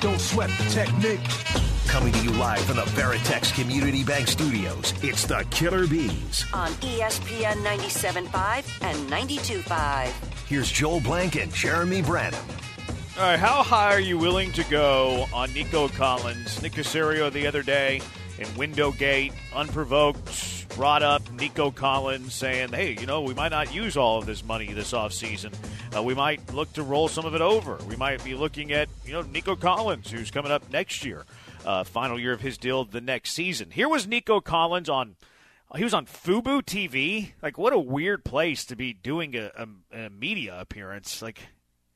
Don't sweat the technique. Coming to you live from the Veritex Community Bank Studios, it's the Killer Bees. on E ESPN 97.5 and 92.5. Here's Joel Blank and Jeremy Branham. All right, how high are you willing to go on Nico Collins? Nick Casario the other day in Windowgate, unprovoked, brought up Nico Collins saying, hey, you know, we might not use all of this money this offseason. Uh, we might look to roll some of it over. We might be looking at, you know, Nico Collins, who's coming up next year, uh, final year of his deal the next season. Here was Nico Collins on. He was on Fubu TV. Like, what a weird place to be doing a, a, a media appearance. Like,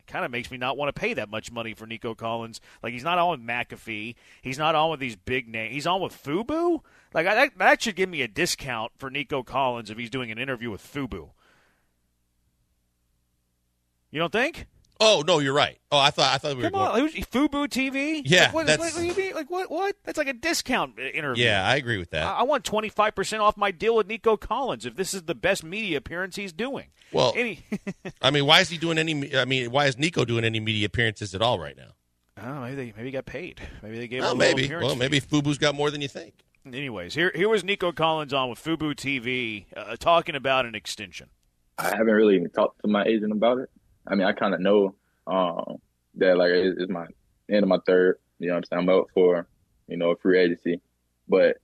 kind of makes me not want to pay that much money for Nico Collins. Like he's not on with McAfee. He's not on with these big names. He's on with Fubu. Like I, that, that should give me a discount for Nico Collins if he's doing an interview with Fubu. You don't think? Oh no, you're right. Oh, I thought I thought we were. Come on, Going, who's, Fubu TV. Yeah, like, what, that's- what do you mean? Like what? What? That's like a discount interview. yeah, I agree with that. I I want twenty five percent off my deal with Nico Collins if this is the best media appearance he's doing. Well- Any- I mean, why is he doing any? I mean, why is Nico doing any media appearances at all right now? I don't know, maybe they maybe he got paid. Maybe they gave him Oh, a little maybe. appearance Well, fee. maybe Fubu's got more than you think. Anyways, here here was Nico Collins on with Fubu TV uh, talking about an extension. I haven't really even talked to my agent about it. I mean, I kind of know um, that like it- it's my end of my third. You know what I'm saying? I'm up for you know a free agency, but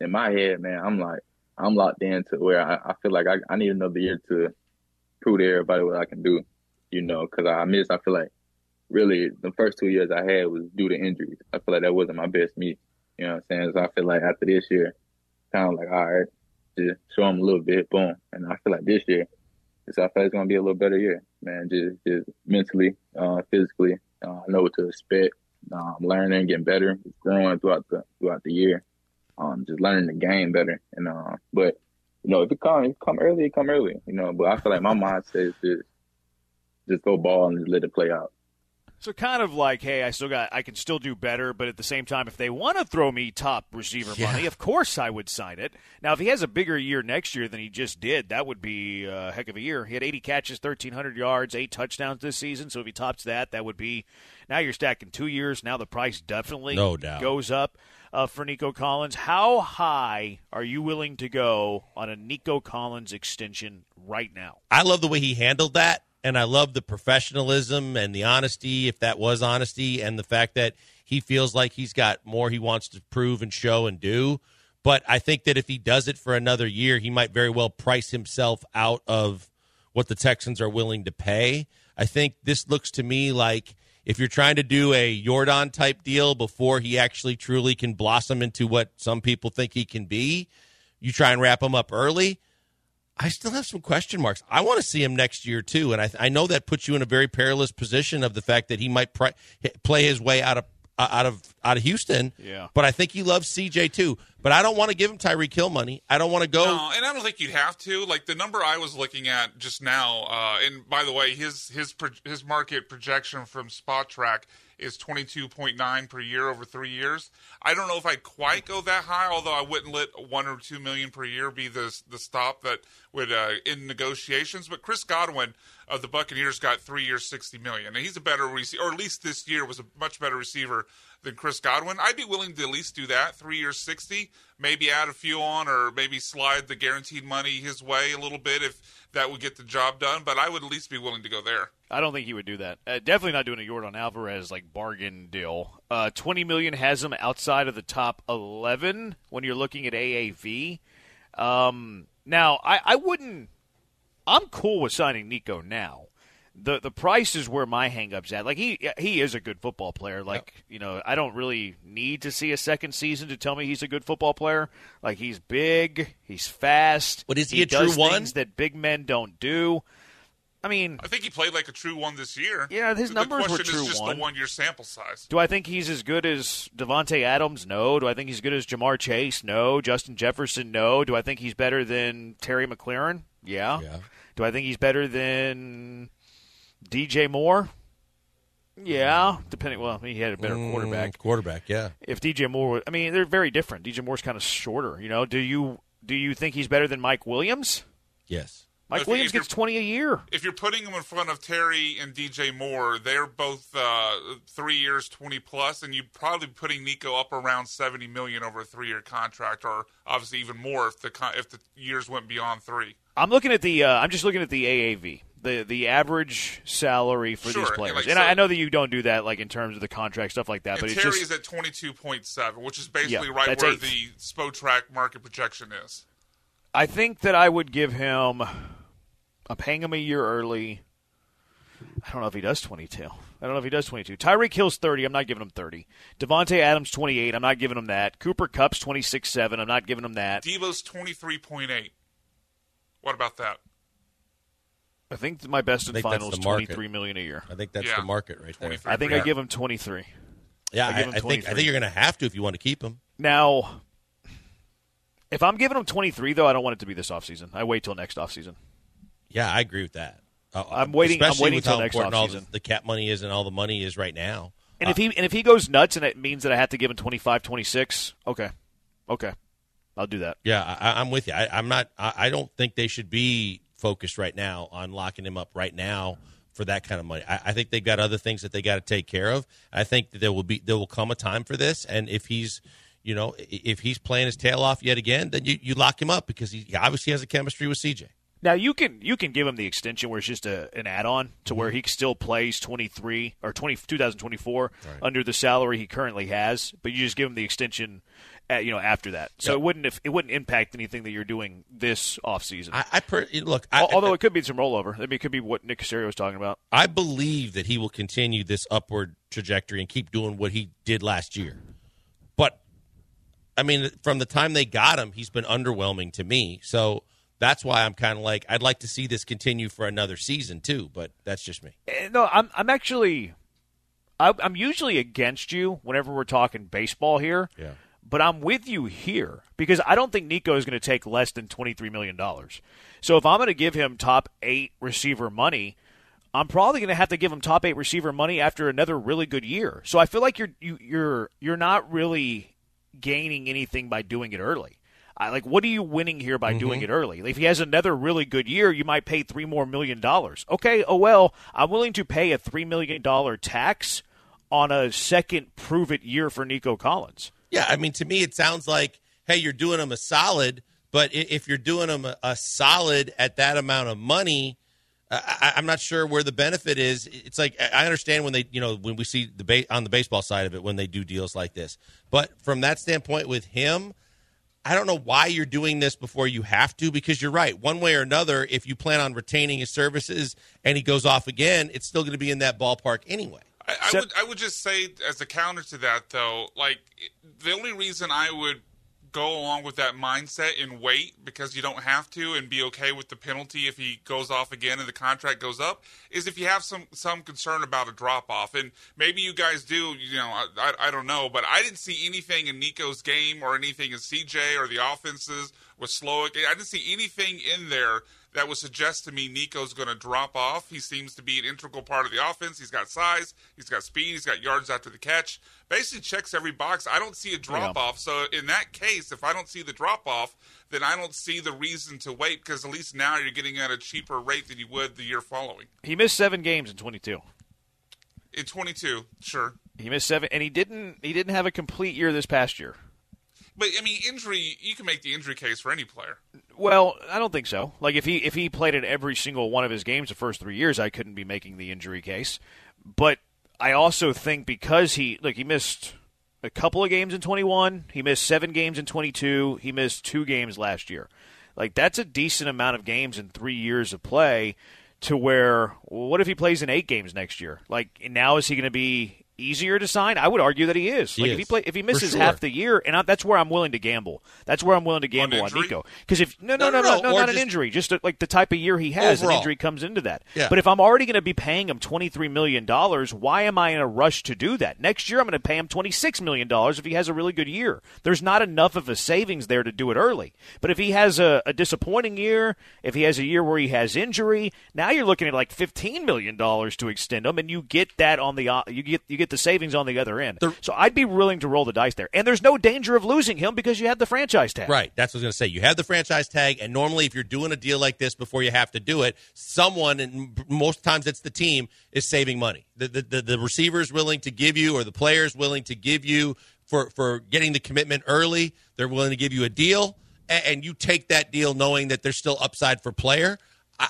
in my head, man, I'm like I'm locked in to where I, I feel like I, I need another year to prove to everybody what I can do. You know, because I missed. I feel like really the first two years I had was due to injuries. I feel like that wasn't my best me. You know what I'm saying? So I feel like after this year, kind of like all right, just show them a little bit, boom. And I feel like this year. So I feel it's gonna be a little better year, man. Just just mentally, uh, physically, uh, I know what to expect. Uh, I'm learning, getting better, growing throughout the throughout the year. Um, just learning the game better. And uh, but you know, if it come, if it come early, it come early. You know, but I feel like my mindset is just just go ball and just let it play out. So kind of like, hey, I still got, I can still do better, but at the same time, if they want to throw me top receiver Yeah. money, of course I would sign it. Now, if he has a bigger year next year than he just did, that would be a heck of a year. He had 80 catches, 1,300 yards, eight touchdowns this season. So if he tops that, that would be now you're stacking two years. Now the price definitely No doubt. goes up uh, for Nico Collins. How high are you willing to go on a Nico Collins extension right now? I love the way he handled that, and I love the professionalism and the honesty, if that was honesty, and the fact that he feels like he's got more he wants to prove and show and do. But I think that if he does it for another year, he might very well price himself out of what the Texans are willing to pay. I think this looks to me like if you're trying to do a Jordan type deal before he actually truly can blossom into what some people think he can be, you try and wrap him up early. I still have some question marks. I want to see him next year too, and I, I know that puts you in a very perilous position of the fact that he might pri- play his way out of uh, out of out of Houston. Yeah. But I think he loves CJ too. But I don't want to give him Tyreek Hill money. I don't want to go. No, and I don't think you'd have to. Like the number I was looking at just now, uh, and by the way, his his pro- his market projection from Spot Track is twenty two point nine per year over three years. I don't know if I'd quite go that high, although I wouldn't let one or two million per year be the the stop that would uh, end negotiations. But Chris Godwin of the Buccaneers got three years, sixty million, and he's a better receiver, or at least this year was a much better receiver than Chris Godwin. I'd be willing to at least do that. Three years, sixty, maybe add a few on, or maybe slide the guaranteed money his way a little bit if that would get the job done. But I would at least be willing to go there. I don't think he would do that. Uh, definitely not doing a Jordan Alvarez like bargain deal. Uh, Twenty million has him outside of the top eleven when you're looking at AAV. Um, now, I, I wouldn't. I'm cool with signing Nico now. The the price is where my hangups at. Like he he is a good football player. Like you know, I don't really need to see a second season to tell me he's a good football player. Like he's big, he's fast. But is he a does true one? things that big men don't do. I mean, I think he played like a true one this year. Yeah, his The- numbers were the question true is just one. the one-year sample size. Do I think he's as good as Devonte Adams? No. Do I think he's good as Jamar Chase? No. Justin Jefferson? No. Do I think he's better than Terry McLaren? Yeah. Yeah. Do I think he's better than DJ Moore? Yeah. Depending, well, he had a better Mm, quarterback Quarterback, yeah. if DJ Moore, was- I mean, they're very different. DJ Moore's kind of shorter, you know. Do you do you think he's better than Mike Williams? Yes. Mike If you- Williams if you're- gets 20 a year. if you're putting them in front of Terry and DJ Moore, they're both uh, three years, twenty plus, and you're probably putting Nico up around seventy million over a three-year contract, or obviously even more if the con- if the years went beyond three. I'm looking at the. Uh, I'm just looking at the AAV, the the average salary for Sure, these and players. like, and so- I, I know that you don't do that, like in terms of the contract stuff like that. And but it's Terry's just at twenty-two point seven, which is basically Yeah, right that's where eighth. the Spotrac market projection is. I think that I would give him. I'm paying him a year early. I don't know if he does 22. I don't know if he does 22. Tyreek Hill's 30. I'm not giving him 30. Devontae Adams 28. I'm not giving him that. Cooper Cup's 26 7. I'm not giving him that. Debo's twenty-three point eight. What about that? I think that my best and think final that's is the market. 23 million a year. I think that's Yeah. the market right there. 23. I think I Yeah. give him 23. I Yeah, I, give him I think I 23. think you're going to have to if you want to keep him. Now, if I'm giving him 23 though, I don't want it to be this offseason. I wait till next offseason. Yeah, I agree with that. Uh, I'm waiting- I'm Especially waiting with till how next important all offseason. the, the cap money is and all the money is right now. And if he and if he goes nuts and it means that I have to give him 25, 26, okay. Okay. I'll do that. Yeah, I, I'm with you. I, I'm not. I, I don't think they should be focused right now on locking him up right now for that kind of money. I, I think they've got other things that they got to take care of. I think that there will be there will come a time for this, and if he's you know i- if he's playing his tail off yet again, then you, you lock him up because he obviously has a chemistry with CJ. Now you can you can give him the extension where it's just a, an add-on to where he still plays 23 or 20, 2024 under the salary he currently has, but you just give him the extension at, you know after that. So it wouldn't if, it wouldn't impact anything that you're doing this offseason. I, I per, look. I, Al- Although it could be some rollover. I mean, it could be what Nick Casario was talking about. I believe that he will continue this upward trajectory and keep doing what he did last year. But I mean, from the time they got him, he's been underwhelming to me. So that's why I'm kind of like, I'd like to see this continue for another season too. But that's just me. Eh, No, I'm I'm actually I, I'm usually against you whenever we're talking baseball here. Yeah. But I'm with you here because I don't think Nico is going to take less than twenty three million dollars. So if I'm going to give him top eight receiver money, I'm probably going to have to give him top eight receiver money after another really good year. So I feel like you're you, you're you're not really gaining anything by doing it early. I, like, what are you winning here by doing it early? If he has another really good year, you might pay three more million dollars. Okay, oh well, I'm willing to pay a three million dollar tax on a second prove it year for Nico Collins. Yeah, I mean, to me, it sounds like, hey, you're doing him a solid, but i- if you're doing him a, a solid at that amount of money, I, I- I'm not sure where the benefit is. It's like I I understand when they, you know, when we see the ba- on the baseball side of it when they do deals like this, but from that standpoint with him. I don't know why you're doing this before you have to, because you're right. One way or another, if you plan on retaining his services and he goes off again, it's still going to be in that ballpark anyway. I, I Except- would I would just say as a counter to that though, like it- the only reason I would go along with that mindset and wait because you don't have to and be okay with the penalty if he goes off again and the contract goes up is if you have some some concern about a drop off and maybe you guys do you know I, I I don't know but I didn't see anything in Nico's game or anything in CJ or the offenses with Slowick I didn't see anything in there that would suggest to me Nico's going to drop off. He seems to be an integral part of the offense. He's got size, he's got speed, he's got yards after the catch. Basically, checks every box. I don't see a drop off. So in that case, if I don't see the drop off, then I don't see the reason to wait because at least now you're getting at a cheaper rate than you would the year following. He missed seven games in 22. In 22, sure. He missed seven, and he didn't he didn't have a complete year this past year. But I mean, injury, you can make the injury case for any player. Well, I don't think so. Like if he if he played in every single one of his games the first three years, I couldn't be making the injury case. But I also think because he like he missed a couple of games in twenty one, he missed seven games in twenty two, he missed two games last year. Like that's a decent amount of games in three years of play. To where well, what if he plays in eight games next year? Like now is he going to be easier to sign? I would argue that he is. like if he is. play if he For misses sure. half the year, and I, that's where I'm willing to gamble. That's where I'm willing to gamble on, injury? Nico because if no no No, no no, no, no, no, or not just- an injury, just uh, like the type of year he has, Overall. an injury comes into that. Yeah. But if I'm already going to be paying him twenty three million dollars, why am I in a rush to do that? Next year I'm going to pay him twenty six million dollars if he has a really good year. There's not enough of a savings there to do it early. But if he has a, a disappointing year, if he has a year where he has injury, now you're looking at like fifteen million dollars to extend him, and you get that on the o- you get you get get the savings on the other end. The- so I'd be willing to roll the dice there. And there's no danger of losing him because you have the franchise tag. Right. That's what I was going to say. You have the franchise tag, and normally, if you're doing a deal like this before you have to do it, someone, and most times it's the team, is saving money. The the, the, the receiver is willing to give you, or the player is willing to give you for for getting the commitment early. They're willing to give you a deal, and, and you take that deal knowing that there's still upside for player. I,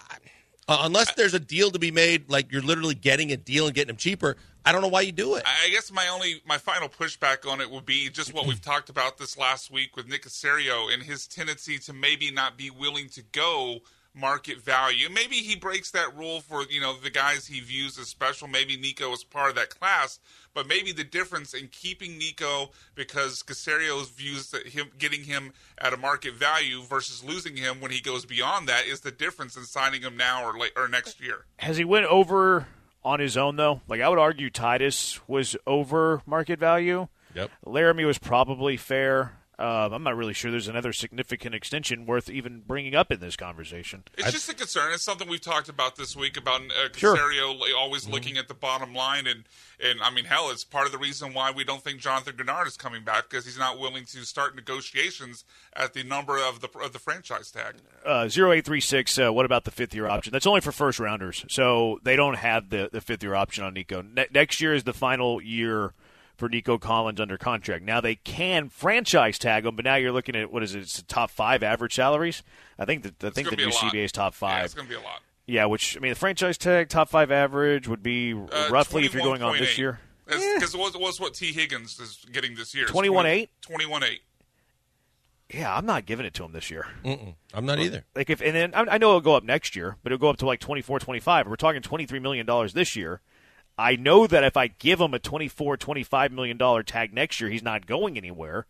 uh, unless there's a deal to be made, like you're literally getting a deal and getting them cheaper. I don't know why you do it. I guess my only my final pushback on it would be just what we've talked about this last week with Nick Casario and his tendency to maybe not be willing to go market value. Maybe he breaks that rule for, you know, the guys he views as special. Maybe Nico is part of that class, but maybe the difference in keeping Nico because Casario views that him getting him at a market value versus losing him when he goes beyond that is the difference in signing him now or late, or next year. Has he went over on his own though? Like I would argue Titus was over market value. Yep. Laramie was probably fair. Um, I'm not really sure there's another significant extension worth even bringing up in this conversation. It's just a concern. It's something we've talked about this week about uh, Sure. Mm-hmm. Casario like, always looking at the bottom line, and and I mean, hell, it's part of the reason why we don't think Jonathan Grenard is coming back because he's not willing to start negotiations at the number of the of the franchise tag. Uh, 0836, uh, what about the fifth year option? That's only for first rounders, so they don't have the, the fifth year option on Nico. Ne- next year is the final year for Nico Collins under contract. Now they can franchise tag him, but now you're looking at what is it? It's the top five average salaries. I think that I think gonna the be a new lot. CBA is top Yeah, five. it's going to be a lot. Yeah, which I mean, the franchise tag top five average would be Uh, roughly if you're going on 21.8. this year. Because it was, it was what T. Higgins is getting this year. 21.8? 21 8. Yeah, I'm not giving it to him this year. I'm not either. Like if and then I I know it'll go up next year, but it'll go up to like 24, 25. We're talking 23 million dollars this year. I know that if I give him a 24, 25 million dollar tag next year, he's not going anywhere.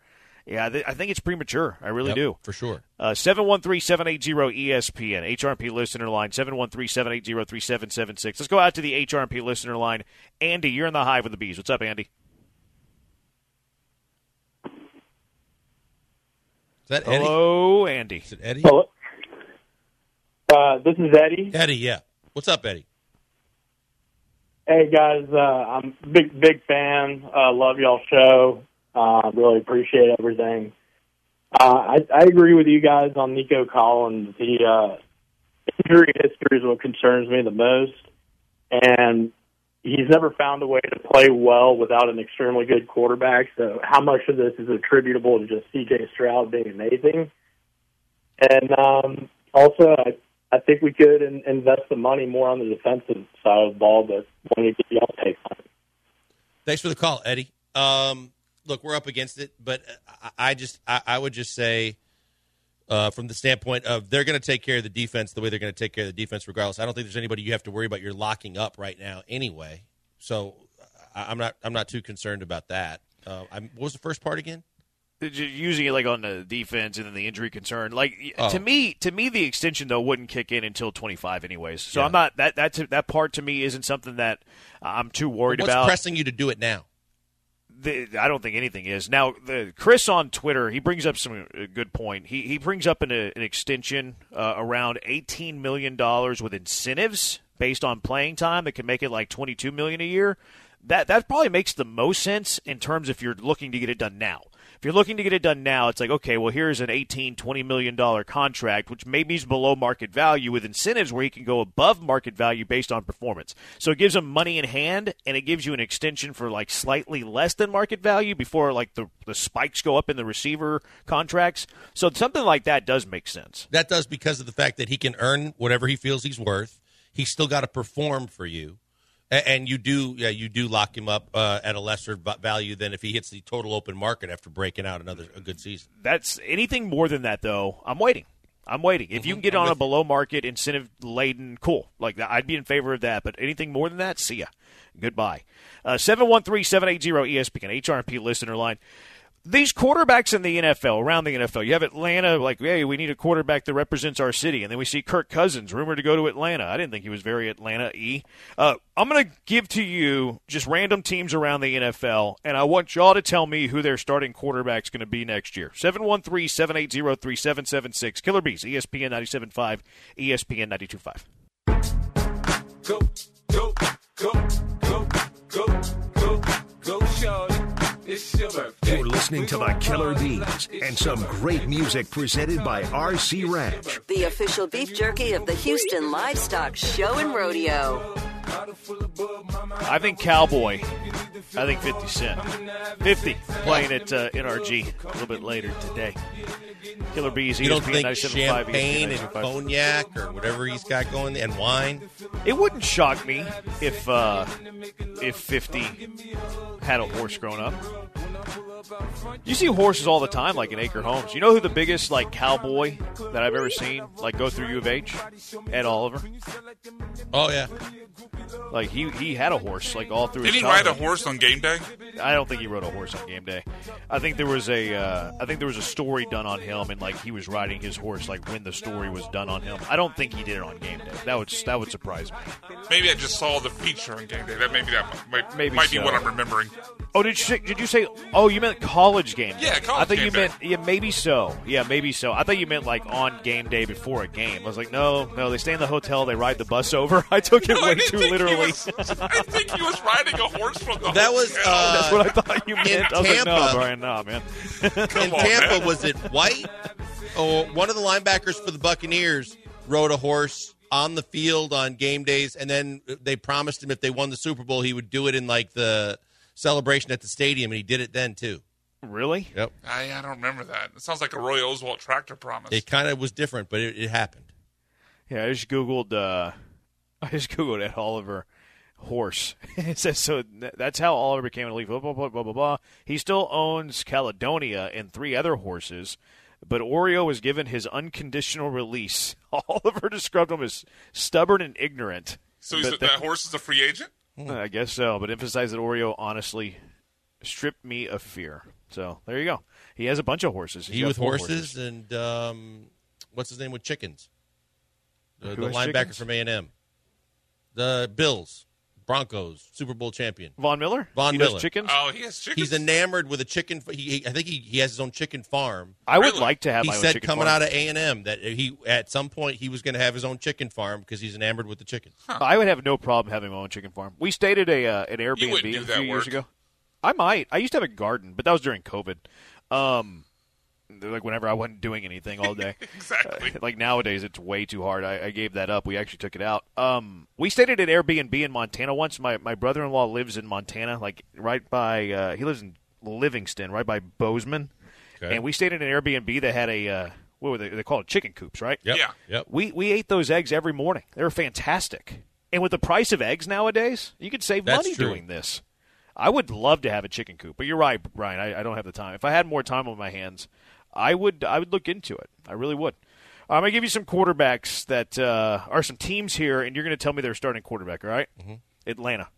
Yeah, th- I think it's premature. I really Yep, do. for sure. Uh, E 713-780-ESPN, HRP listener line, 713-780-3776. Let's go out to the HRP listener line. Andy, you're in the hive with the bees. What's up, Andy? Is that Eddie? Hello, Andy. Is it Eddie? Hello. Uh, this is Eddie. Eddie, yeah. What's up, Eddie? Hey guys, uh, I'm a big big fan. Uh, love y'all show. Uh, really appreciate everything. Uh, I, I agree with you guys on Nico Collins. The uh, injury history is what concerns me the most, and he's never found a way to play well without an extremely good quarterback. So, how much of this is attributable to just C.J. Stroud being amazing? And um, also, I, I think we could in, invest the money more on the defensive side of the ball, but wanted to get y'all take on it. Thanks for the call, Eddie. Um, look, we're up against it, but I, I just I, I would just say uh, from the standpoint of they're going to take care of the defense the way they're going to take care of the defense regardless. I don't think there's anybody you have to worry about you're locking up right now anyway. So I, I'm not I'm not too concerned about that. Uh, I'm, what was the first part again? Ju- using it like on the defense and then the injury concern. Like y- Oh. to me, to me, the extension though wouldn't kick in until twenty five, anyways. So Yeah. I'm not that that's that part to me isn't something that I'm too worried What's about. pressing you to do it now? The- I don't think anything is now. The, Chris on Twitter he brings up some a good point. He he brings up an, uh an extension uh, around eighteen million dollars with incentives based on playing time that can make it like twenty two million a year. That that probably makes the most sense in terms if you're looking to get it done now. If you're looking to get it done now, it's like okay, well here's an 18, 20 million dollar contract, which maybe is below market value with incentives where he can go above market value based on performance. So it gives him money in hand and it gives you an extension for like slightly less than market value before like the the spikes go up in the receiver contracts. So something like that does make sense. That does because of the fact that he can earn whatever he feels he's worth. He's still got to perform for you, A- and you do. Yeah, you do lock him up uh, at a lesser v- value than if he hits the total open market after breaking out another a good season. That's anything more than that though. I'm waiting. Mm-hmm. I'm waiting. If you can get on a below market incentive laden, cool. Like that, I'd be in favor of that. But anything more than that, see ya. Goodbye. Uh, Seven one three seven eight zero E ESPN HRP listener line. These quarterbacks in the NFL, around the NFL, you have Atlanta like, hey, we need a quarterback that represents our city, and then we see Kirk Cousins rumored to go to Atlanta. I didn't think he was very Atlanta y. Uh, I'm going to give to you just random teams around the NFL, and I want y'all to tell me who their starting quarterback's going to be next year. 713 780 3776. Killer Bees, E ESPN 975, ESPN 925. go, go, go, go, go, go, You're listening to the Killer Bees and some great music presented by RC Ranch. The official beef jerky of the Houston Livestock Show and Rodeo. I think Cowboy. I think 50 Cent. 50 playing at uh, NRG a little bit later today. Killer Bees, E You don't ESPN think 975, champagne and 975. cognac or whatever he's got going there, and wine? It wouldn't shock me if uh, if 50 had a horse grown up. You see horses all the time, like in Acre Homes. You know who the biggest like cowboy that I've ever seen, like go through U of H, Ed Oliver. Oh yeah, Like he he had a horse like all through. Did his he ride a childhood. horse on game day? I don't think he rode a horse on game day. I think there was a uh, I think there was a story done on him, and like he was riding his horse like when the story was done on him. I don't think he did it on game day. That would that would surprise me. Maybe I just saw the feature on game day. That maybe that might, Maybe might be so. what I'm remembering. Oh, did you say, did you say? Oh, you meant college game? Day. Yeah, college I think game you day. meant yeah, maybe so. Yeah, maybe so. I thought you meant like on game day before a game. I was like, no, no. They stay in the hotel. They ride the bus over. I took it No, I way didn't too think he literally. was- I think he was riding a horse from the that was hotel. uh, That's what I thought you meant. I was like, no, Tampa- Brian, no, man. in on, Tampa. man. Was it White or one of the linebackers for the Buccaneers rode a horse on the field on game days, and then they promised him if they won the Super Bowl, he would do it in like the celebration at the stadium, and he did it then too. Really? Yep, I, I don't remember that. It sounds like a Roy Oswalt tractor promise. it kind of was different, but it, it happened. Yeah, I just googled. Uh, I just googled Ed Oliver horse. it says so. th- That's how Oliver became an elite football. Blah blah blah blah. He still owns Caledonia and three other horses, but Oreo was given his unconditional release. Oliver described him as stubborn and ignorant. so he's, but that horse is a free agent? that- I guess so. But emphasized that Oreo honestly stripped me of fear. So there you go. He has a bunch of horses. He's he got with four horses, and um, what's his name with chickens? The, Who the has linebacker chickens? from A and M, the Bills, Broncos, Super Bowl champion. Von Miller. Von he Miller. Does chickens. Oh, he has chickens. He's enamored with a chicken. f- He, he- I think he, he has his own chicken farm. I would Really? like to have. he my own said chicken coming farm. out of A and M that he at some point he was going to have his own chicken farm because he's enamored with the chickens. I would have no problem having my own chicken farm. We stayed at a uh, an You Airbnb wouldn't do a that few years work. ago. I might. I used to have a garden, but that was during COVID. Um, like whenever I wasn't doing anything all day. exactly. like nowadays, it's way too hard. I, I gave that up. We actually took it out. Um, we stayed at an Airbnb in Montana once. My my brother in law lives in Montana, like right by. Uh, he lives in Livingston, right by Bozeman. Okay. And we stayed at an Airbnb that had a uh, what were they? They called chicken coops, right? Yep. Yeah. Yep. We we ate those eggs every morning. They were fantastic. And with the price of eggs nowadays, you could save That's money true. doing this. I would love to have a chicken coop, but you're right, Brian. I, I don't have the time. If I had more time on my hands, I would I would look into it. I really would. I'm gonna give you some quarterbacks that uh, are some teams here, and you're gonna tell me they're starting quarterback. All right? Mm-hmm. Atlanta.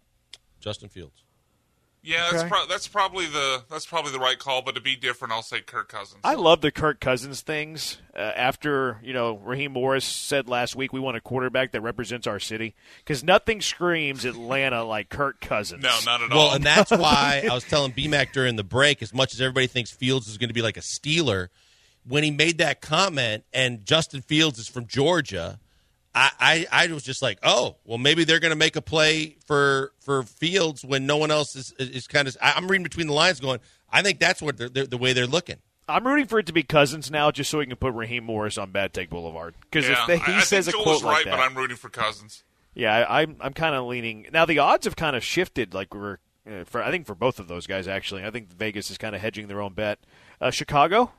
Justin Fields. Yeah, that's, Okay. pro- that's probably the that's probably the right call. But to be different, I'll say Kirk Cousins. I love the Kirk Cousins things. Uh, after you know, Raheem Morris said last week we want a quarterback that represents our city because nothing screams Atlanta like Kirk Cousins. no, not at Well, uh, all. and that's why I was telling BMAC during the break. As much as everybody thinks Fields is going to be like a Steeler, when he made that comment, and Justin Fields is from Georgia, I, I, I was just like, oh, well, maybe they're going to make a play for for Fields when no one else is is kind of. I, I'm reading between the lines, going, I think that's what they're, they're, the way they're looking. I'm rooting for it to be Cousins now, just so we can put Raheem Morris on Bad Take Boulevard. Because yeah, if they, I- he I says a think Joel quote was right, like that, but I'm rooting for Cousins. yeah, I, I'm I'm kind of leaning now. The odds have kind of shifted. Like we were, uh, for I think for both of those guys actually, I think Vegas is kind of hedging their own bet. Uh, Chicago,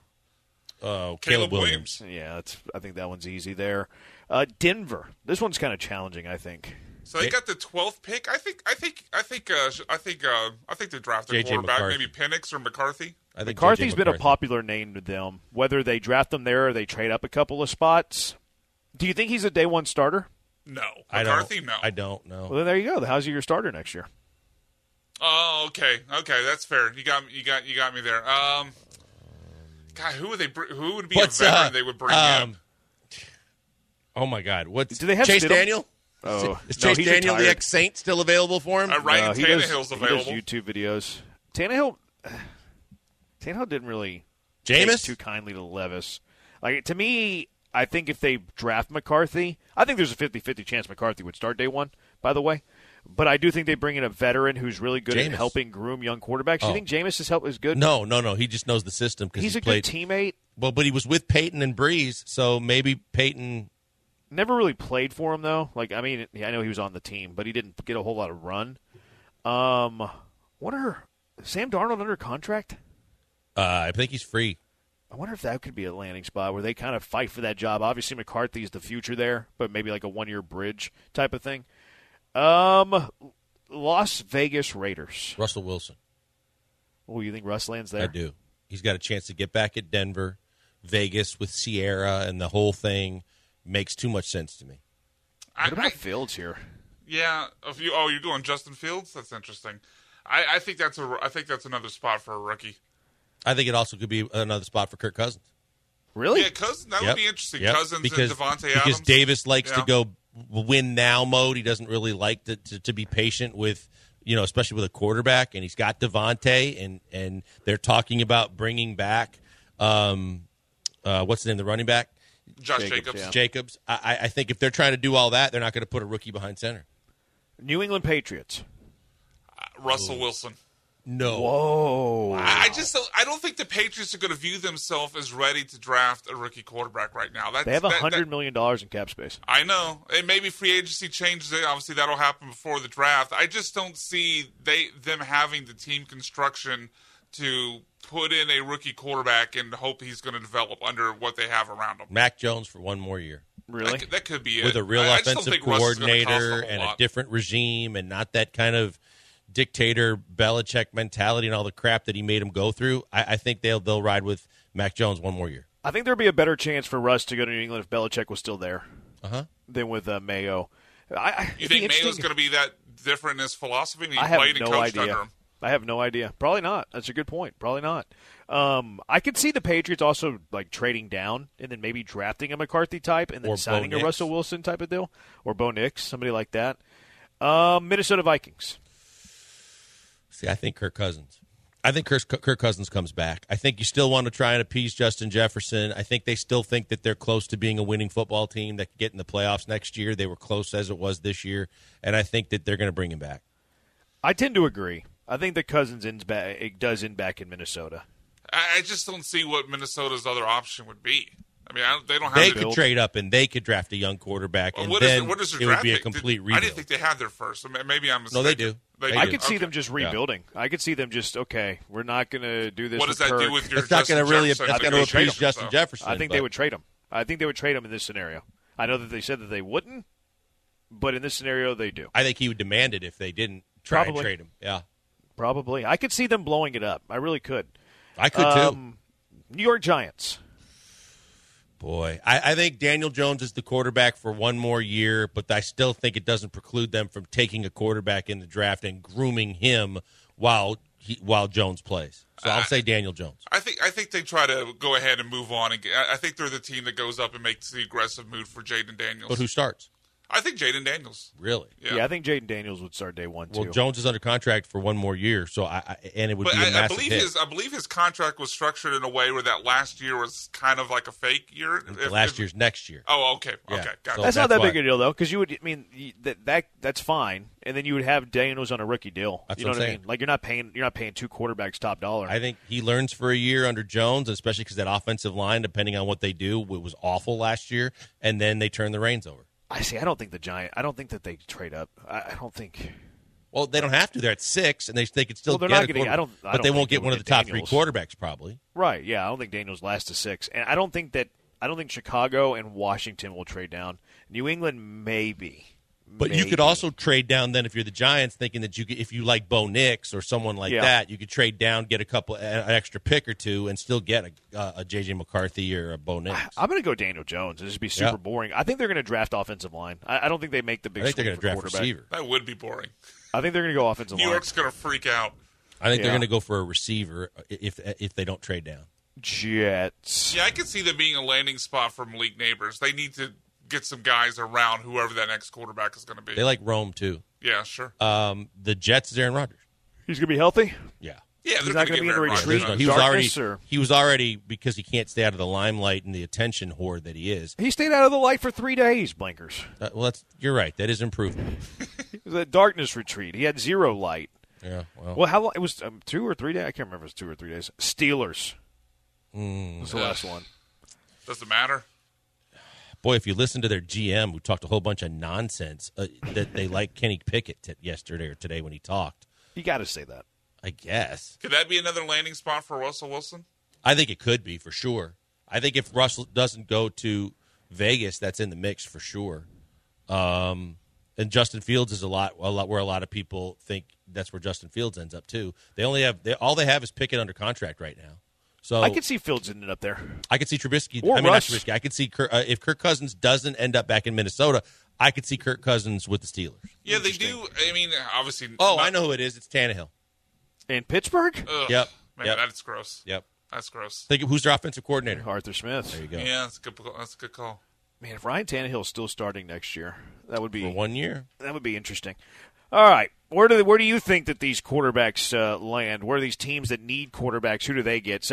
Oh, Caleb, Caleb Williams. yeah, that's I think that one's easy there. Uh, Denver, this one's kind of challenging. I think. So they got the 12th pick. I think. I think. I think. Uh, sh- I think. Uh, I think they drafted a J.J. quarterback, McCarthy. maybe Penix or McCarthy. I think McCarthy's JJ been a McCarthy. popular name to them. Whether they draft him there or they trade up a couple of spots, do you think he's a day one starter? No, I don't. McCarthy. No. I don't know. Well, then there you go. How's he your starter next year? Oh, okay, okay, that's fair. You got, you got, you got me there. Um, God, who would they? Br- who would be a veteran uh, they would bring um, in? Oh my God! What's Do they have Chase Stidham? Daniel? Oh, is no, Chase he's Daniel the retired. ex Saint still available for him? Uh, Ryan Uh, he does, Tannehill's he does available. YouTube videos. Tannehill, Tannehill didn't really take Jameis? too kindly to Levis. Like to me, I think if they draft McCarthy, I think there's a 50-50 chance McCarthy would start day one. By the way, But I do think they bring in a veteran who's really good Jameis. at helping groom young quarterbacks. Oh. You think Jameis is help is good? No, no, no. He just knows the system because he's he a played. good teammate. Well, but he was with Peyton and Breeze, so maybe Peyton. Never really played for him though. Like I mean, I know he was on the team, but he didn't get a whole lot of run. Um, what are Sam Darnold under contract? Uh, I think he's free. I wonder if that could be a landing spot where they kind of fight for that job. Obviously, McCarthy's the future there, but maybe like a one-year bridge type of thing. Um, Las Vegas Raiders. Russell Wilson. Oh, you think Russ lands there? I do. He's got a chance to get back at Denver, Vegas with Sierra and the whole thing makes too much sense to me. What I, about Fields here? Yeah, if you oh you're going Justin Fields, that's interesting. I, I think that's a I think that's another spot for a rookie. I think it also could be another spot for Kirk Cousins. Really? Yeah, Cousins that Yep. would be interesting. Yep. Cousins because, and Devontae because Adams. Davis likes to Yeah. go win now mode. He doesn't really like to, to, to be patient with you know, especially with a quarterback, and he's got Devontae, and and they're talking about bringing back, um, uh, what's the name, the running back Josh Jacobs, Jacobs. yeah. Jacobs. I, I- I think if they're trying to do all that, they're not going to put a rookie behind center. New England Patriots. Russell Wilson. No, Whoa. I I just don't- I don't think the Patriots are going to view themselves as ready to draft a rookie quarterback right now. That's, They have a that- that- hundred million dollars in cap space. I know, and maybe free agency changes it. Obviously, that'll happen before the draft. I just don't see they them having the team construction to put in a rookie quarterback and hope he's going to develop under what they have around him. Mac Jones for one more year. Really? That, could- that could be it. with a real I- I just don't offensive think Russ is gonna cost coordinator whole and a lot. different regime and not that kind of dictator Belichick mentality and all the crap that he made him go through. I, I think they'll they'll ride with Mac Jones one more year. I think there'd be a better chance for Russ to go to New England if Belichick was still there Uh-huh. than with uh, Mayo. I, I, You it'd be think Mayo's interesting- going to be that different in his philosophy? I mean, He I have played and no coached idea. under him. I have no idea. Probably not. That's a good point. Probably not. Um, I could see the Patriots also like trading down and then maybe drafting a McCarthy type and then Or Bo signing a Nix. Russell Wilson type of deal or Bo Nix, somebody like that. Um, Minnesota Vikings. See, I think Kirk Cousins. I think Kirk, Kirk Cousins comes back. I think you still want to try and appease Justin Jefferson. I think they still think that they're close to being a winning football team that could get in the playoffs next year. They were close as it was this year, and I think that they're going to bring him back. I tend to agree. I think the Cousins ends back. It does end back in Minnesota. I, I just don't see what Minnesota's other option would be. I mean, I don't, they don't have. They the- could trade up and they could draft a young quarterback, and what is then their- what is their it would draft be a pick? Did- complete I rebuild. didn't think they had their first. I mean, Maybe I'm. No, they mistaken. do. They I do. could see Okay. them just rebuilding. I could see them just okay. We're not going to do this. What with does that Kirk. do with your? That's not going to Justin really. Jefferson That's going to appease negotiations, Justin though? Jefferson. I think they but- would trade him. I think they would trade him in this scenario. I know that they said that they wouldn't, but in this scenario, they do. I think he would demand it if they didn't try Probably. and trade him. Yeah, Probably. I could see them blowing it up. I really could. I could Um, New York Giants. too. Boy, I, I think Daniel Jones is the quarterback for one more year, but I still think it doesn't preclude them from taking a quarterback in the draft and grooming him while he, while Jones plays. So I'll say Daniel Jones. I think I think they try to go ahead and move on, and get, I I think they're the team that goes up and makes the aggressive move for Jaden Daniels. But who starts? I think Jaden Daniels. Really? Yeah. I think Jaden Daniels would start day one Well, too. Jones is under contract for one more year, so I, I and it would But be a I, I massive believe hit. his uh, I believe his contract was structured in a way where that last year was kind of like a fake year. If- Last if- year's next year. Oh, okay, Yeah. okay, gotcha. So- that's, not that that's big why. a deal though, because you would. I mean, you- that that that's fine, and then you would have Daniels on a rookie deal. That's you know what what, I'm I saying. mean? Like you're not paying you're not paying two quarterbacks top dollar. I think he learns for a year under Jones, especially because that offensive line, depending on what they do, it was awful last year, and then they turn the reins over. I see. I don't think the Giant. I don't think that they trade up. I, I don't think. Well, they don't have to. They're at six, and they they could Well, still they're get not a getting- quarterback. I don't- I but don't they think won't they get one would of the get top Daniels. three quarterbacks, probably. Right. Yeah. I don't think Daniels lasts to six, and I don't think that I don't think Chicago and Washington will trade down. New England maybe. But you could Maybe. also trade down then if you're the Giants, thinking that you could, if you like Bo Nix or someone like Yeah. that, you could trade down, get a couple an extra pick or two, and still get a, uh, a JJ McCarthy or a Bo Nix. I'm going to go Daniel Jones. This would be super Yeah. boring. I think they're going to draft offensive line. I, I don't think they make the I big. think swing they're going to draft for quarterback. receiver. that would be boring. I think they're going to go offensive New line. York's going to freak out. I think Yeah. they're going to go for a receiver if if they don't trade down. Jets. Yeah, I could see them being a landing spot for Malik Neighbors. They need to get some guys around whoever that next quarterback is going to be. They like Rome too. yeah, sure. Um, the Jets is Aaron Rodgers. He's going to be healthy. Yeah. yeah, he's they're not gonna going to be in the retreat. There's no- he was already Darkness or- he was already because he can't stay out of the limelight and the attention whore that he is. He stayed out of the light for three days. Blinkers. Uh, well, that's you're right. That is improvement. It was a darkness retreat. He had zero light. Yeah. Well, Well, how long? It was um, two or three days. I can't remember. if It was two or three days. Steelers. Mm. was the last one. Doesn't matter. boy, if you listen to their GM who talked a whole bunch of nonsense uh, that they like Kenny Pickett t- yesterday or today when he talked, You got to say that. I guess. Could that be another landing spot for Russell Wilson? I think it could be for sure. I think if Russell doesn't go to Vegas, that's in the mix for sure. Um, and Justin Fields is a lot, a lot where a lot of people think that's where Justin Fields ends up too. They only have they, all they have is Pickett under contract right now. So I could see Fields ended up there. I could see Trubisky. Or I mean, not Russ. Trubisky. I could see Kirk, uh, if Kirk Cousins doesn't end up back in Minnesota, I could see Kirk Cousins with the Steelers. Yeah, they do. I mean, obviously. Oh, not- I know who it is. It's Tannehill. In Pittsburgh, Ugh, Yep, Man, yep. that's gross. Yep. That's gross. Think of who's their offensive coordinator. Arthur Smith. There you go. Yeah, that's a good. That's a good call. Man, if Ryan Tannehill's still starting next year, that would be For one year. that would be interesting. All right, where do where do you think that these quarterbacks uh, land? Where are these teams that need quarterbacks? Who do they get?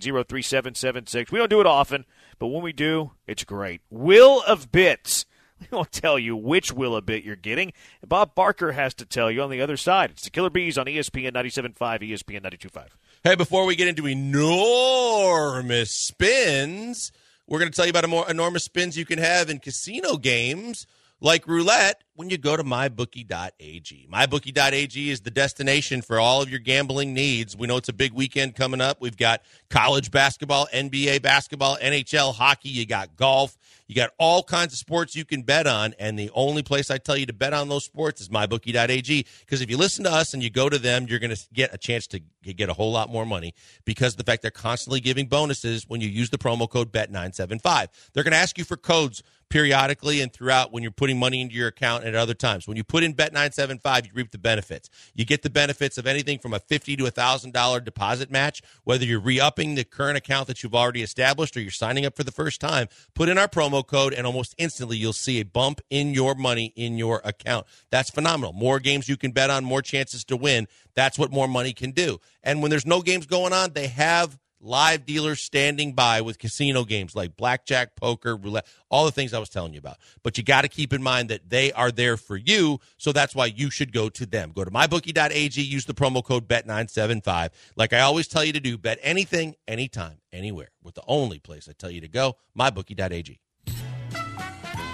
713-780-3776. We don't do it often, but when we do, it's great. Will of bits. We won't tell you which will of bit you're getting. Bob Barker has to tell you on the other side. It's the Killer Bees on E ESPN 97.5, ESPN 92.5. Hey, before we get into enormous spins, we're going to tell you about more enormous spins you can have in casino games like roulette when you go to mybookie.ag. Mybookie.ag is the destination for all of your gambling needs. We know it's a big weekend coming up. We've got college basketball, NBA basketball, NHL hockey, you got golf, you got all kinds of sports you can bet on, and the only place I tell you to bet on those sports is mybookie.ag. Because if you listen to us and you go to them, you're going to get a chance to get a whole lot more money because of the fact they're constantly giving bonuses when you use the promo code BET975. They're going to ask you for codes periodically and throughout when you're putting money into your account and at other times. When you put in Bet975, you reap the benefits. You get the benefits of anything from a $50 to $1,000 deposit match, whether you're re upping the current account that you've already established or you're signing up for the first time. Put in our promo code, and almost instantly you'll see a bump in your money in your account. That's phenomenal. More games you can bet on, more chances to win. That's what more money can do. And when there's no games going on, they have live dealers standing by with casino games like blackjack, poker, roulette, all the things I was telling you about. But you got to keep in mind that they are there for you, so that's why you should go to them. Go to mybookie.ag, use the promo code BET975. Like I always tell you to do, bet anything, anytime, anywhere. With the only place I tell you to go, mybookie.ag.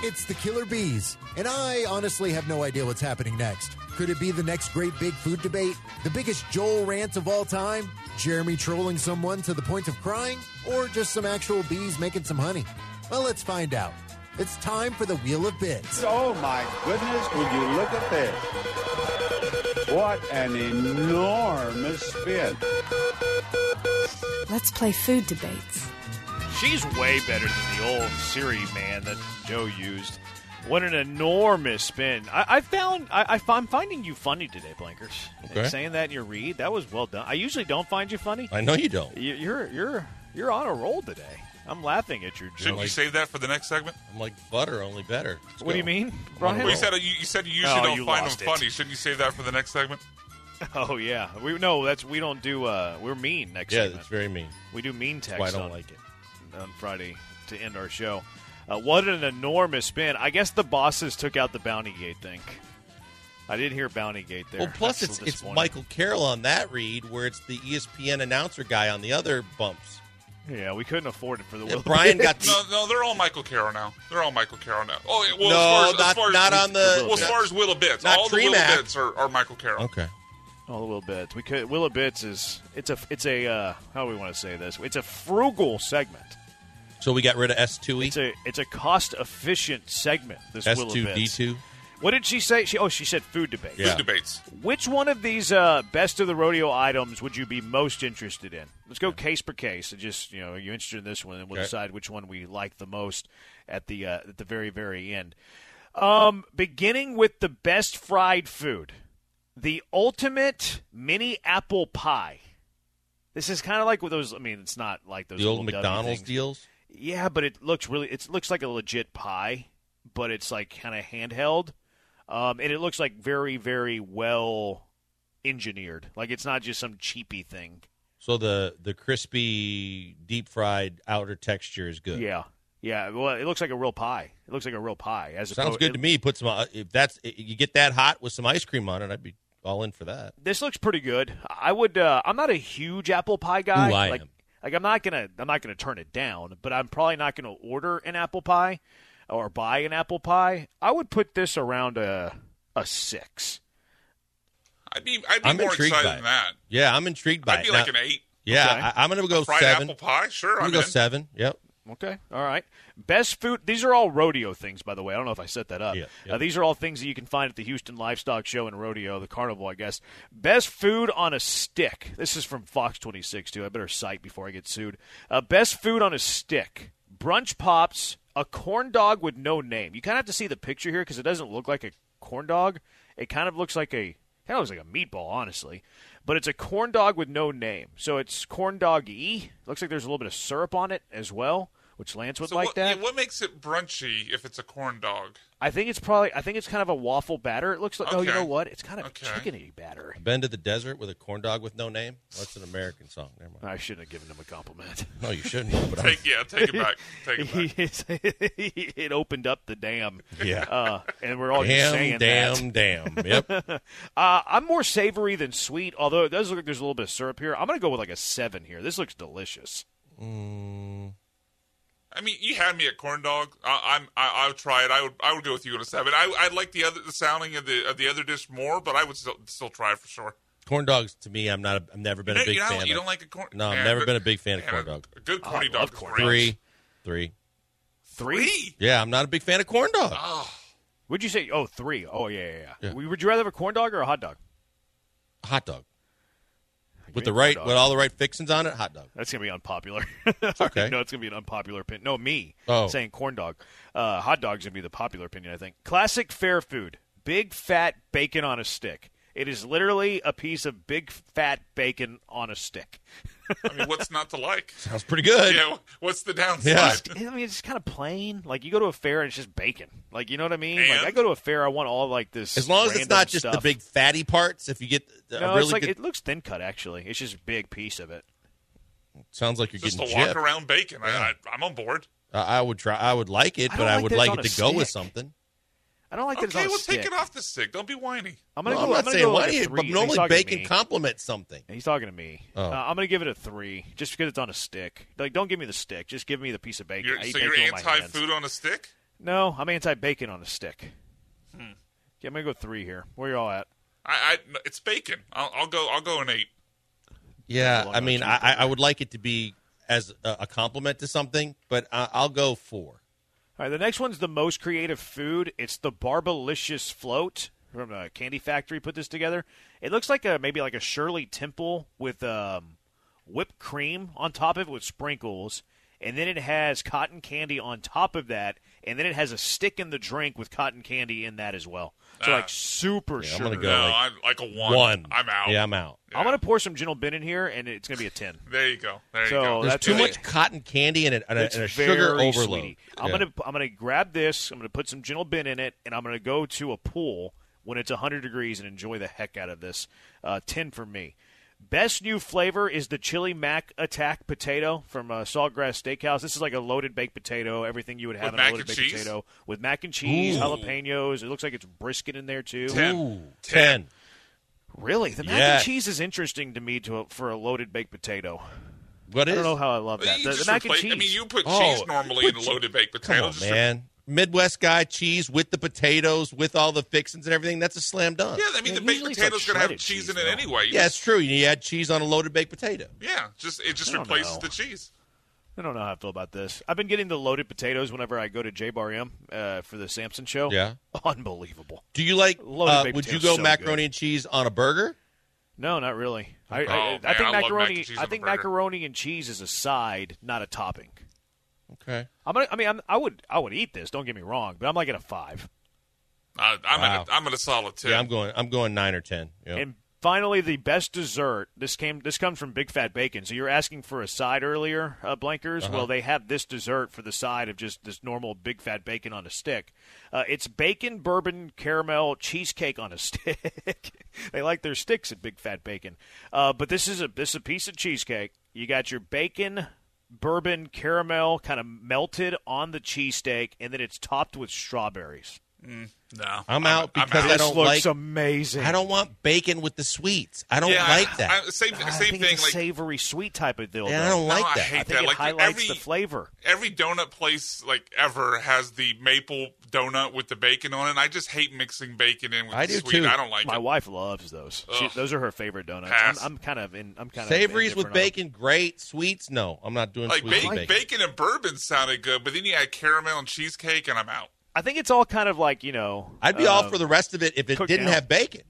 It's the Killer Bees, and I honestly have no idea what's happening next. Could it be the next great big food debate? The biggest Joel rant of all time? Jeremy trolling someone to the point of crying? Or just some actual bees making some honey? Well, let's find out. It's time for the Wheel of Bits. Oh my goodness, would you look at this? What an enormous spin. Let's play food debates. She's way better than the old Siri man that Joe used. What an enormous spin! I, I found I, I, am finding you funny today, Blankers. Okay. And saying that in your read, that was well done. I usually don't find you funny. I know you don't. You, you're you're you're on a roll today. I'm laughing at your Shouldn't joke. you like- save that for the next segment? I'm like butter, only better. Let's What do go. you mean, on a Brian? Well, you roll. said you, you said you usually Oh, don't you find lost them it. funny. Shouldn't you save that for the next segment? Oh yeah, we no. That's we don't do. Uh, we're mean next. Yeah, segment. that's very mean. We do mean That's text why I don't on, like it. on Friday to end our show. Uh, what an enormous spin! I guess the bosses took out the Bounty Gate thing. I did hear Bounty Gate there. Well, plus That's it's so it's disappointing. Michael Carroll on that read, where it's the E ESPN announcer guy on the other bumps. Yeah, we couldn't afford it for the If Will. Brian got the No, no, they're all Michael Carroll now. They're all Michael Carroll now. Oh, yeah, well, No, as far as, not- as far as, not on the- Well, as far as Will of Bits, Not all the Tremac. Will of Bits are, are Michael Carroll. okay, Oh, Will Bits. We could Will Bits is it's a it's a uh, how do we want to say this? It's a frugal segment. so we got rid of S two E, It's a it's a cost efficient segment. This S Will two D Bits. two. What did she say? She oh she said food debate. Yeah. Food debates. Which one of these uh, best of the rodeo items would you be most interested in? Let's go case per case. And just you know, are you interested in this one, and we'll Okay. decide which one we like the most at the uh, at the very very end. Um, beginning with the best fried food, the ultimate mini apple pie. This is kind of like with those. I mean, it's not like those The old little dummy McDonald's things. deals. Yeah, but it looks really it looks like a legit pie, but it's like kind of handheld. Um, and it looks like very very well engineered. Like it's not just some cheapy thing. So the the crispy deep fried outer texture is good. Yeah. Yeah, well, it looks like a real pie. It looks like a real pie. As Sounds opposed- good to me. Put some uh, if that's you get that hot with some ice cream on it, I'd be all in for that. This looks pretty good. I would. Uh, I'm not a huge apple pie guy. Ooh, I like, am. like I'm not gonna. I'm not gonna turn it down. But I'm probably not gonna order an apple pie or buy an apple pie. I would put this around a a six. I'd be I'd be I'm more intrigued excited by than it. that. Yeah, I'm intrigued by I'd it. be Now- like an eight. yeah, Okay. I, I'm gonna go Fried seven. apple pie, sure. I'm I'm gonna in. go seven. Yep. Okay. All right. Best food. These are all rodeo things, by the way. I don't know if I set that up. Yeah, Uh, yeah. these are all things that you can find at the Houston Livestock Show and Rodeo, the carnival, I guess. Best food on a stick. This is from Fox 26, too. I better cite before I get sued. Uh, best food on a stick. Brunch pops, a corn dog with no name. You kind of have to see the picture here because it doesn't look like a corn dog. It kind of looks like a kind of looks like a meatball, honestly. But it's a corn dog with no name. So it's corn dog E. Looks like there's a little bit of syrup on it as well, which Lance would So like what, that. yeah, what makes it brunchy if it's a corn dog? I think it's probably I think it's kind of a waffle batter. It looks like oh, you Okay. know what? It's kind of Okay. chickeny batter. Been to the desert with a corn dog with no name. That's an American song. Never mind. I shouldn't have given him a compliment. No, you shouldn't. But I'm, Take yeah, take it back. Take it back. it opened up the dam, yeah. uh, and Oh, we're all just saying damn, that. damn, damn. Yep. Uh, I'm more savory than sweet, although it does look like there's a little bit of syrup here. I'm going to go with like a seven here. This looks delicious. Mm. I mean, you had me at corn dog. I, I'm I, I'll try it. I would I would go with you on a seven. I I like the other the sounding of the of the other dish more, but I would still still try it for sure. corn dogs to me, I'm not. A, I've never been You a big don't- you fan. don't, you of. don't like a corn? No, I've man, never but- been a big fan of man, corn a- dog. A good corny I love dog. is corn great. three, three. Three. Yeah, I'm not a big fan of corn dog. Oh. Would you say? Oh, three. Oh, yeah, yeah, yeah. We- Would you rather have a corn dog or a hot dog? hot dog with me the corn right dog. with all the right fixings on it. Hot dog. That's gonna be unpopular. okay. no, it's gonna be an unpopular opinion. No, me Oh. saying corn dog. Uh, hot dog's gonna be the popular opinion, I think. Classic fair food: big fat bacon on a stick. It is literally a piece of big fat bacon on a stick. I mean, what's not to like? Sounds pretty good. Yeah. What's the downside? Yeah. I mean, it's just kind of plain. Like you go to a fair and it's just bacon. Like you know what I mean? Like And? I go to a fair, I want all like this. As long as it's random not just the stuff. big fatty parts. If you get a No, really it's like good, it looks thin cut. Actually, it's just a big piece of it. sounds like you're Just a getting walk chipped. around bacon. I, I, I'm on board. I, I would try. I would like it, I but don't I like would that it's like on it a to go with stick. something. I don't like that it's Okay, on a well, stick. take it off the stick. Don't be whiny. I'm No, gonna I'm go. not I'm gonna saying go why like a you- three. but He's normally talking to bacon me. compliments something. He's talking to me. Oh. Uh, I'm going to give it a three, just because it's on a stick. Like, don't give me the stick. Just give me the piece of bacon. You're, I eat so you're bacon with my anti hands. food on a stick? No, I'm anti bacon on a stick. Hmm. Yeah, I'm going to go three here. Where y'all at? I, I it's bacon. I'll, I'll go. I'll go an eight. Yeah, long I on a mean, I, I I would like it to be as a, a compliment to something, but I, I'll go four. All right, the next one's the most creative food. It's the Barbalicious Float from uh, Candy Factory. Put this together. It looks like a maybe like a Shirley Temple with um, whipped cream on top of it with sprinkles, and then it has cotton candy on top of that, and then it has a stick in the drink with cotton candy in that as well. So like super Yeah, I'm sugar. gonna No, go like I'm like a one. I'm out. Yeah, I'm out. I'm gonna pour some Gentle Ben in here, and it's gonna be a ten. There you go. There you So, go. There's that's too it. much cotton candy and a, and a, It's and a very sugar overload. sweetie. I'm Yeah. gonna I'm gonna grab this. I'm gonna put some gentle bin in it, and I'm gonna go to a pool when it's 100 degrees and enjoy the heck out of this. Uh, Ten for me. Best new flavor is the chili mac attack potato from uh, Saltgrass Steakhouse. This is like a loaded baked potato, everything you would have With in mac a loaded and baked cheese? potato with mac and cheese, Ooh. jalapenos. It looks like it's brisket in there too. Ten. Ooh, ten. Really, the mac Yes. and cheese is interesting to me to a, for a loaded baked potato. What I is? don't know how I love that. You The, the just mac and replace- cheese. I mean, you put Oh, cheese normally in a put loaded baked potato. Come on, just re- man. Midwest guy cheese with the potatoes, with all the fixings and everything. That's a slam dunk. yeah, I mean, Yeah, the baked usually it's potato's like gonna have shredded cheese, cheese, in it though. anyway. You Yeah, it's true. You add cheese on a loaded baked potato. just- yeah. Just it just I don't replaces know. the cheese. I don't know how I feel about this. I've been getting the loaded potatoes whenever I go to J Bar M uh, for the Samson show. Yeah. Unbelievable. Do you like? Loaded uh, baked would you potato's go so macaroni and cheese on a burger? No, not really. I, Okay. I, Oh, I man, think I love mac and macaroni. cheese I on a think burger. macaroni and cheese is a side, not a topping. Okay. I'm gonna, I mean, I'm, I would, I would eat this. Don't get me wrong, but I'm like at a five. Uh, I'm Wow. at a, I'm at a solid two. Yeah, I'm going. I'm going nine or ten. Yeah. And finally, the best dessert. This came. This comes from Big Fat Bacon. So you're asking for a side earlier, uh, Blankers. Uh-huh. Well, they have this dessert for the side of just this normal Big Fat Bacon on a stick. Uh, it's bacon, bourbon, caramel, cheesecake on a stick. they like their sticks at Big Fat Bacon. Uh, but this is a this is a piece of cheesecake. You got your bacon, bourbon caramel kind of melted on the cheesesteak, and then it's topped with strawberries. No, I'm out because I This don't looks like. amazing. I don't want bacon with the sweets. I don't yeah, like that. I, same I same think thing. It's a Like savory sweet type of deal. and I though. don't like no, I that. hate I think that. it Like highlights every the flavor. every donut place like ever has the maple donut with the bacon on it. And I just hate mixing bacon in with I the do, sweet. too. I don't like My it. wife loves those. She, Ugh. those are her favorite donuts. I'm, Pass. I'm kind of in. I'm kind Savories of with indifferent bacon, great. Sweets, no. I'm not doing Like sweets bacon, with bacon. and bourbon sounded good, but then you had caramel and cheesecake, and I'm out. on 'em. I think it's all kind of like you know. I'd be all um, for the rest of it if it cooked didn't down. have bacon.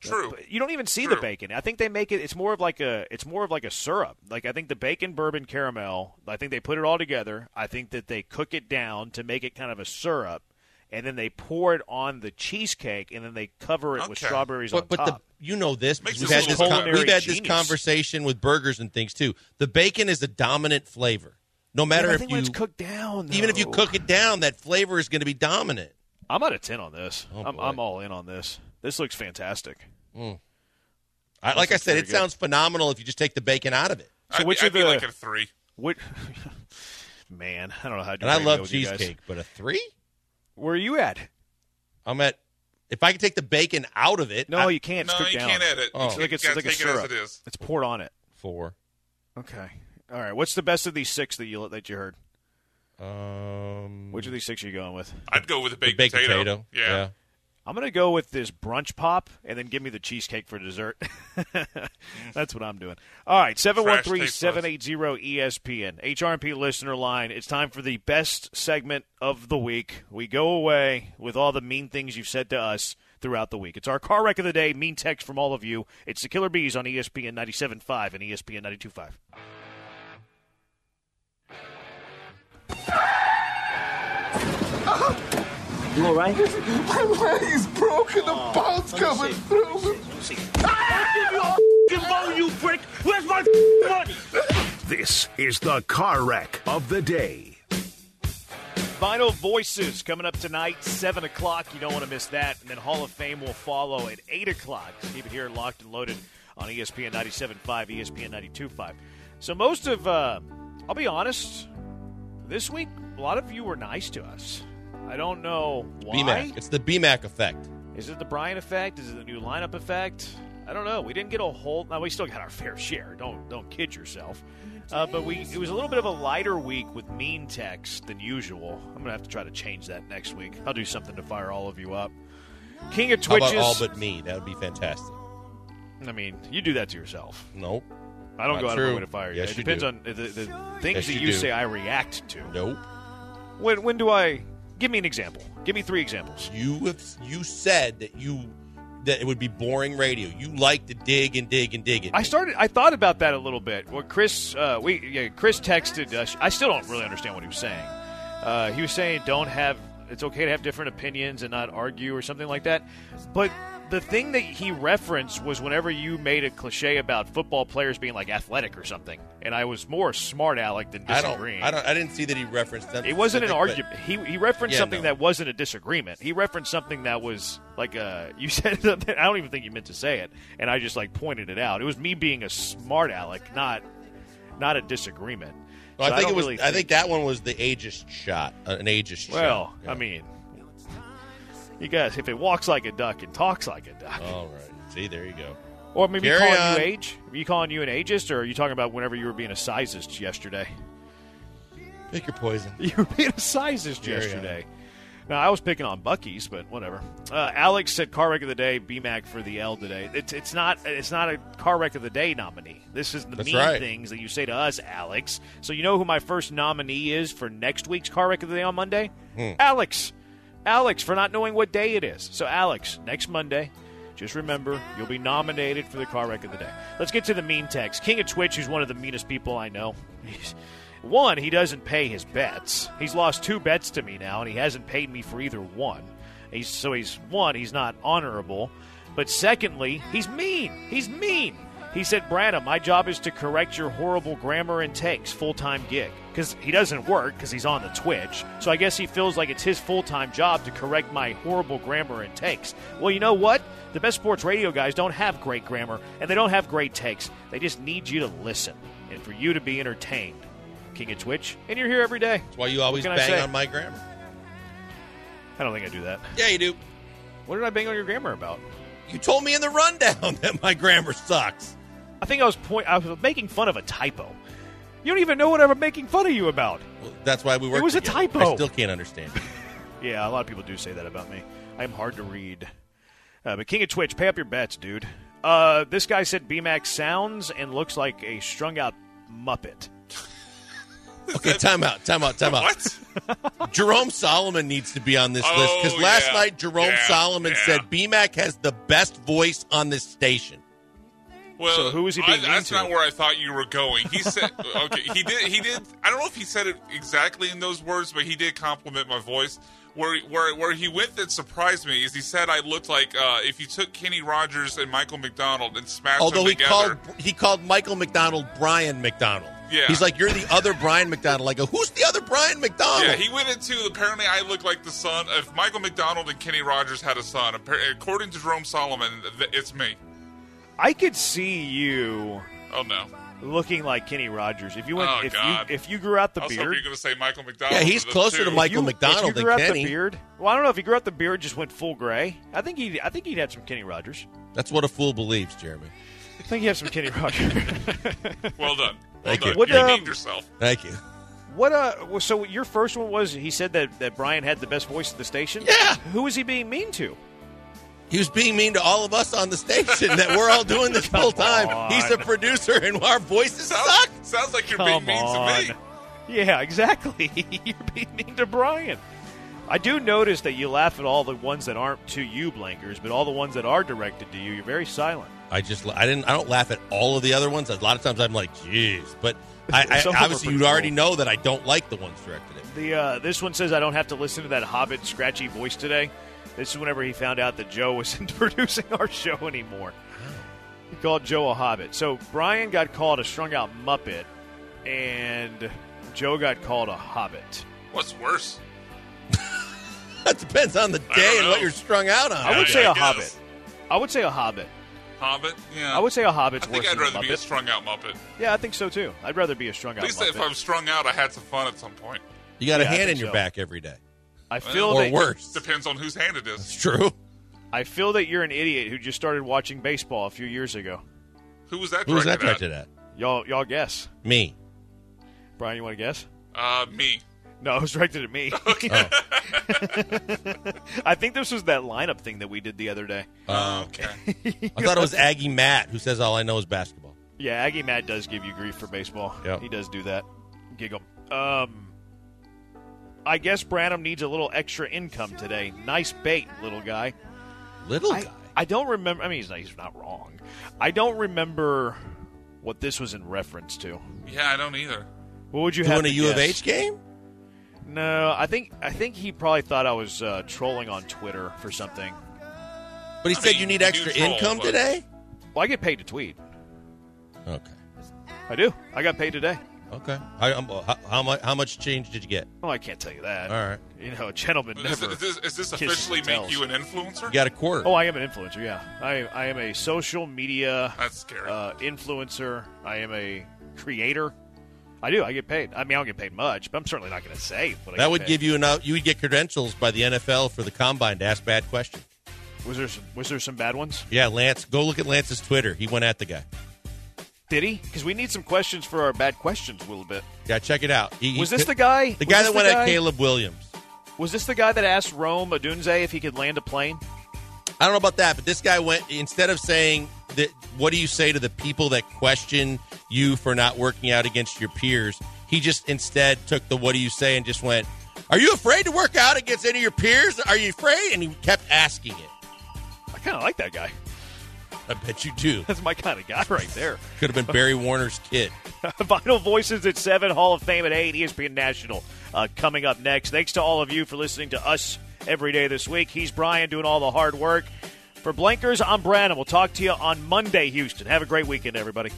True. But you don't even see the True. bacon. I think they make it. It's more of like a. It's more of like a syrup. Like I think the bacon bourbon caramel. I think they put it all together. I think that they cook it down to make it kind of a syrup, and then they pour it on the cheesecake, and then they cover it with Okay. strawberries But, on but the top. you know this because Makes we've it a had this little con- bit we've had culinary this genius. conversation with burgers and things too. The bacon is the dominant flavor. No matter I if think you when it's cooked down, even if you though. cook it down, that flavor is going to be dominant. I'm out of ten on this. Oh, I'm, boy. I'm all in on this. This looks fantastic. I, like I sounds said, very it good. sounds phenomenal if you just take the bacon out of it. So I'd, which I'd of be the- like a three. What? Man, I don't know how. to do And I radio love with you guys. cheesecake, but a three? Where are you at? I'm at. If I could take the bacon out of it, No, I- you can't. It's no, cooked you down. can't edit. Oh. You Like can't, it's you gotta like a take it syrup. as it is. It's poured on it. four. Okay. All right. What's the best of these six that you that you heard? Um, Which of these six are you going with? I'd go with a the baked, baked potato? Yeah. I'm gonna go with this brunch pop, and then give me the cheesecake for dessert. That's what I'm doing. All right, seven one three seven eight zero E ESPN HRP listener line. It's time for the best segment of the week. We go away with all the mean things you've said to us throughout the week. It's our car wreck of the day. Mean text from all of you. It's the Killer Bees on E ESPN 97.5 and E ESPN 92.5. My leg is broken. The bone's coming through. This is the car wreck of the day. Final Voices coming up tonight, 7 o'clock. You don't want to miss that. And then Hall of Fame will follow at 8 o'clock. Keep it here locked and loaded on E ESPN 97.5, ESPN 92.5. So, most of, uh, I'll be honest, this week, a lot of you were nice to us. I don't know why. BMAC. It's the BMAC effect. Is it the Brian effect? Is it the new lineup effect? I don't know. We didn't get a whole. Now we still got our fair share. Don't don't kid yourself. Uh, but we it was a little bit of a lighter week with mean text than usual. I'm gonna have to try to change that next week. I'll do something to fire all of you up. King of How Twitches. about all but me? That would be fantastic. I mean, you do that to yourself. Nope. I don't Not go out of true. my way to fire you. Yes, it you depends do. on the, the things Yes, that you you, do. say I react to. Nope. When when do I? Give me an example. Give me three examples. You have you said that you that it would be boring radio. You like to dig and dig and dig and I dig. started. I thought about that a little bit. What Chris? Uh, we yeah, Chris texted. us I still don't really understand what he was saying. Uh, he was saying don't have. It's okay to have different opinions and not argue or something like that. But the thing that he referenced was whenever you made a cliche about football players being like athletic or something, and I was more smart aleck than I don't. disagreeing. I don't. I didn't see that he referenced that. It wasn't an specific, argument. He, he referenced Yeah, something no. that wasn't a disagreement. He referenced something that was like a. You said something. I don't even think you meant to say it, and I just like pointed it out. It was me being a smart aleck, not not a disagreement. but- So I think don't it was. really I think that one was the ageist shot. uh, An ageist Well, shot. Yeah. I mean, you guys, if it walks like a duck and talks like a duck, All right. See, there you go. or maybe carry calling on. you age. Are you calling you an ageist, or are you talking about whenever you were being a sizist yesterday? Pick your poison. You were being a sizist Carry on. yesterday. Now, I was picking on Bucky's, but whatever. Uh, Alex said car wreck of the day, BMAC for the L today. It's it's not it's not a car wreck of the day nominee. This is the That's mean right. things that you say to us, Alex. So you know who my first nominee is for next week's car wreck of the day on Monday? Hmm. Alex. Alex for not knowing what day it is. So Alex, next Monday, just remember you'll be nominated for the car wreck of the day. Let's get to the mean text. King of Twitch, who's one of the meanest people I know. He's- one, he doesn't pay his bets. He's lost two bets to me now, and he hasn't paid me for either one. He's so he's one, he's not honorable. But secondly, he's mean. He's mean. He said, Branham, my job is to correct your horrible grammar and takes, full time gig. Because he doesn't work because he's on the Twitch. So I guess he feels like it's his full time job to correct my horrible grammar and takes. Well, you know what? The best sports radio guys don't have great grammar and they don't have great takes. They just need you to listen. and for you to be entertained. King of Twitch, and you're here every day. That's why you always can I say? bang on my grammar. I don't think I do that. Yeah, you do. What did I bang on your grammar about? You told me in the rundown that my grammar sucks. I think I was point. I was making fun of a typo. You don't even know what I'm making fun of you about. Well, that's why we work. was a together. typo. I still can't understand. it. Yeah, a lot of people do say that about me. I'm hard to read. Uh, but King of Twitch, pay up your bets, dude. Uh, this guy said BMAX sounds and looks like a strung out Muppet. Okay, time out, time out, time out. What? Jerome Solomon needs to be on this Oh, list because last yeah. night Jerome Yeah, Solomon yeah. said BMAC has the best voice on this station. Well, So who is he being I, mean That's to? not where I thought you were going. He said, "Okay, he did. He did. I don't know if he said it exactly in those words, but he did compliment my voice. Where where where he went that surprised me is he said I looked like uh, if you took Kenny Rogers and Michael McDonald and smashed Although them he called together. he called Michael McDonald Brian McDonald. Yeah. he's like you're the other Brian McDonald. Like, who's the other Brian McDonald? yeah, he went into apparently I look like the son if Michael McDonald and Kenny Rogers had a son. appar- According to Jerome Solomon, th- it's me. I could see you Oh no, looking like Kenny Rogers if you went Oh, if God. you if you grew out the I was hoping beard. you were going to say Michael McDonald. Yeah, he's of the closer two. to Michael you- McDonald if you than grew out the Kenny. beard. Well, I don't know if he grew out the beard, just went full gray. I think he, I think he'd have some Kenny Rogers. That's what a fool believes, Jeremy. I think he has some Kenny Rogers. Well done. Well Thank you. done. What, you um, named yourself. Thank you. What uh? well, So your first one was he said that that Brian had the best voice at the station. Yeah. Who was he being mean to? He was being mean to all of us on the station that we're all doing this full time. on. He's a producer, and our voices Sounds, suck. sounds like you're Come being mean on. to me. Yeah, exactly. You're being mean to Brian. I do notice that you laugh at all the ones that aren't to you, Blankers, but all the ones that are directed to you, you're very silent. I just I didn't I don't laugh at all of the other ones. A lot of times I'm like, jeez, but I, Some of them I are obviously pretty you already cool. know that I don't like the ones directed at. me. The uh, this one says I don't have to listen to that Hobbit scratchy voice today. This is whenever he found out that Joe wasn't producing our show anymore. He called Joe a Hobbit. So Brian got called a strung out Muppet, and Joe got called a Hobbit. What's worse? That depends on the I day and don't what know. you're strung out on. I would Yeah, say I a guess. Hobbit. I would say a Hobbit. Hobbit? Yeah. I would say a I Hobbit's think worse I'd than rather a Muppet. be a strung out Muppet. Yeah, I think so too. I'd rather be a strung out At least Muppet. if I'm strung out, I had some fun at some point. you got a Yeah, I hand in think your so. back every day, I feel or that worse. Depends on whose hand it It's is. true. I feel that you're an idiot who just started watching baseball a few years ago. Who was that Who was that directed directed at? Y'all, y'all guess. Me. Brian, you want to guess? at? Uh, me. No, it was directed at me. Oh, I think this was that lineup thing that we did the other day. Oh, okay. I thought it was Aggie Matt who says all I know is basketball. Yeah, Aggie Matt does give you grief for baseball. Yep. He does do that. Giggle. Um, I guess Branham needs a little extra income today. Nice bait, little guy. Little I, guy. I don't remember. I mean, he's not, he's not wrong. I don't remember what this was in reference to. Yeah, I don't either. What would you have Doing to a U of guess? H game? No, I think I think he probably thought I was uh, trolling on Twitter for something. But he I said mean, you need you extra do troll, income but- today? Well, I get paid to tweet. Okay. I do. I got paid today. Okay. I, I'm, how, how, much, how much change did you get? Well, I can't tell you that. All right. You know, a gentleman Is never. this, is this- is this kisses officially and make tells. you an influencer? You got a quarter. Oh, I am an influencer. Yeah, I I am a social media That's scary. uh, influencer. I am a creator. I do. I get paid. I mean, I don't get paid much, but I'm certainly not going to say what I that would give you enough. You would get credentials by the NFL for the combine to ask bad questions. Was there some, was there some bad ones? Yeah, Lance. Go look at Lance's Twitter. He went at the guy. Did he? Because we need some questions for our bad questions a little bit. Yeah, check it out. He- he Was this could- the guy? The was guy this that went guy- at Caleb Williams. Was this the guy that asked Rome Adunze if he could land a plane? I don't know about that, but this guy went instead of saying that. What do you say to the people that question you for not working out against your peers? He just instead took the what do you say and just went, "Are you afraid to work out against any of your peers? Are you afraid?" And he kept asking it. I kind of like that guy. I bet you do. That's my kind of guy right there. Could have been Barry Warner's kid. Vinyl Voices at 7, Hall of Fame at E 8, ESPN National uh, coming up next. Thanks to all of you for listening to us every day this week. He's Brian doing all the hard work. For Blankers, I'm Brandon. We'll talk to you on Monday, Houston. Have a great weekend, everybody.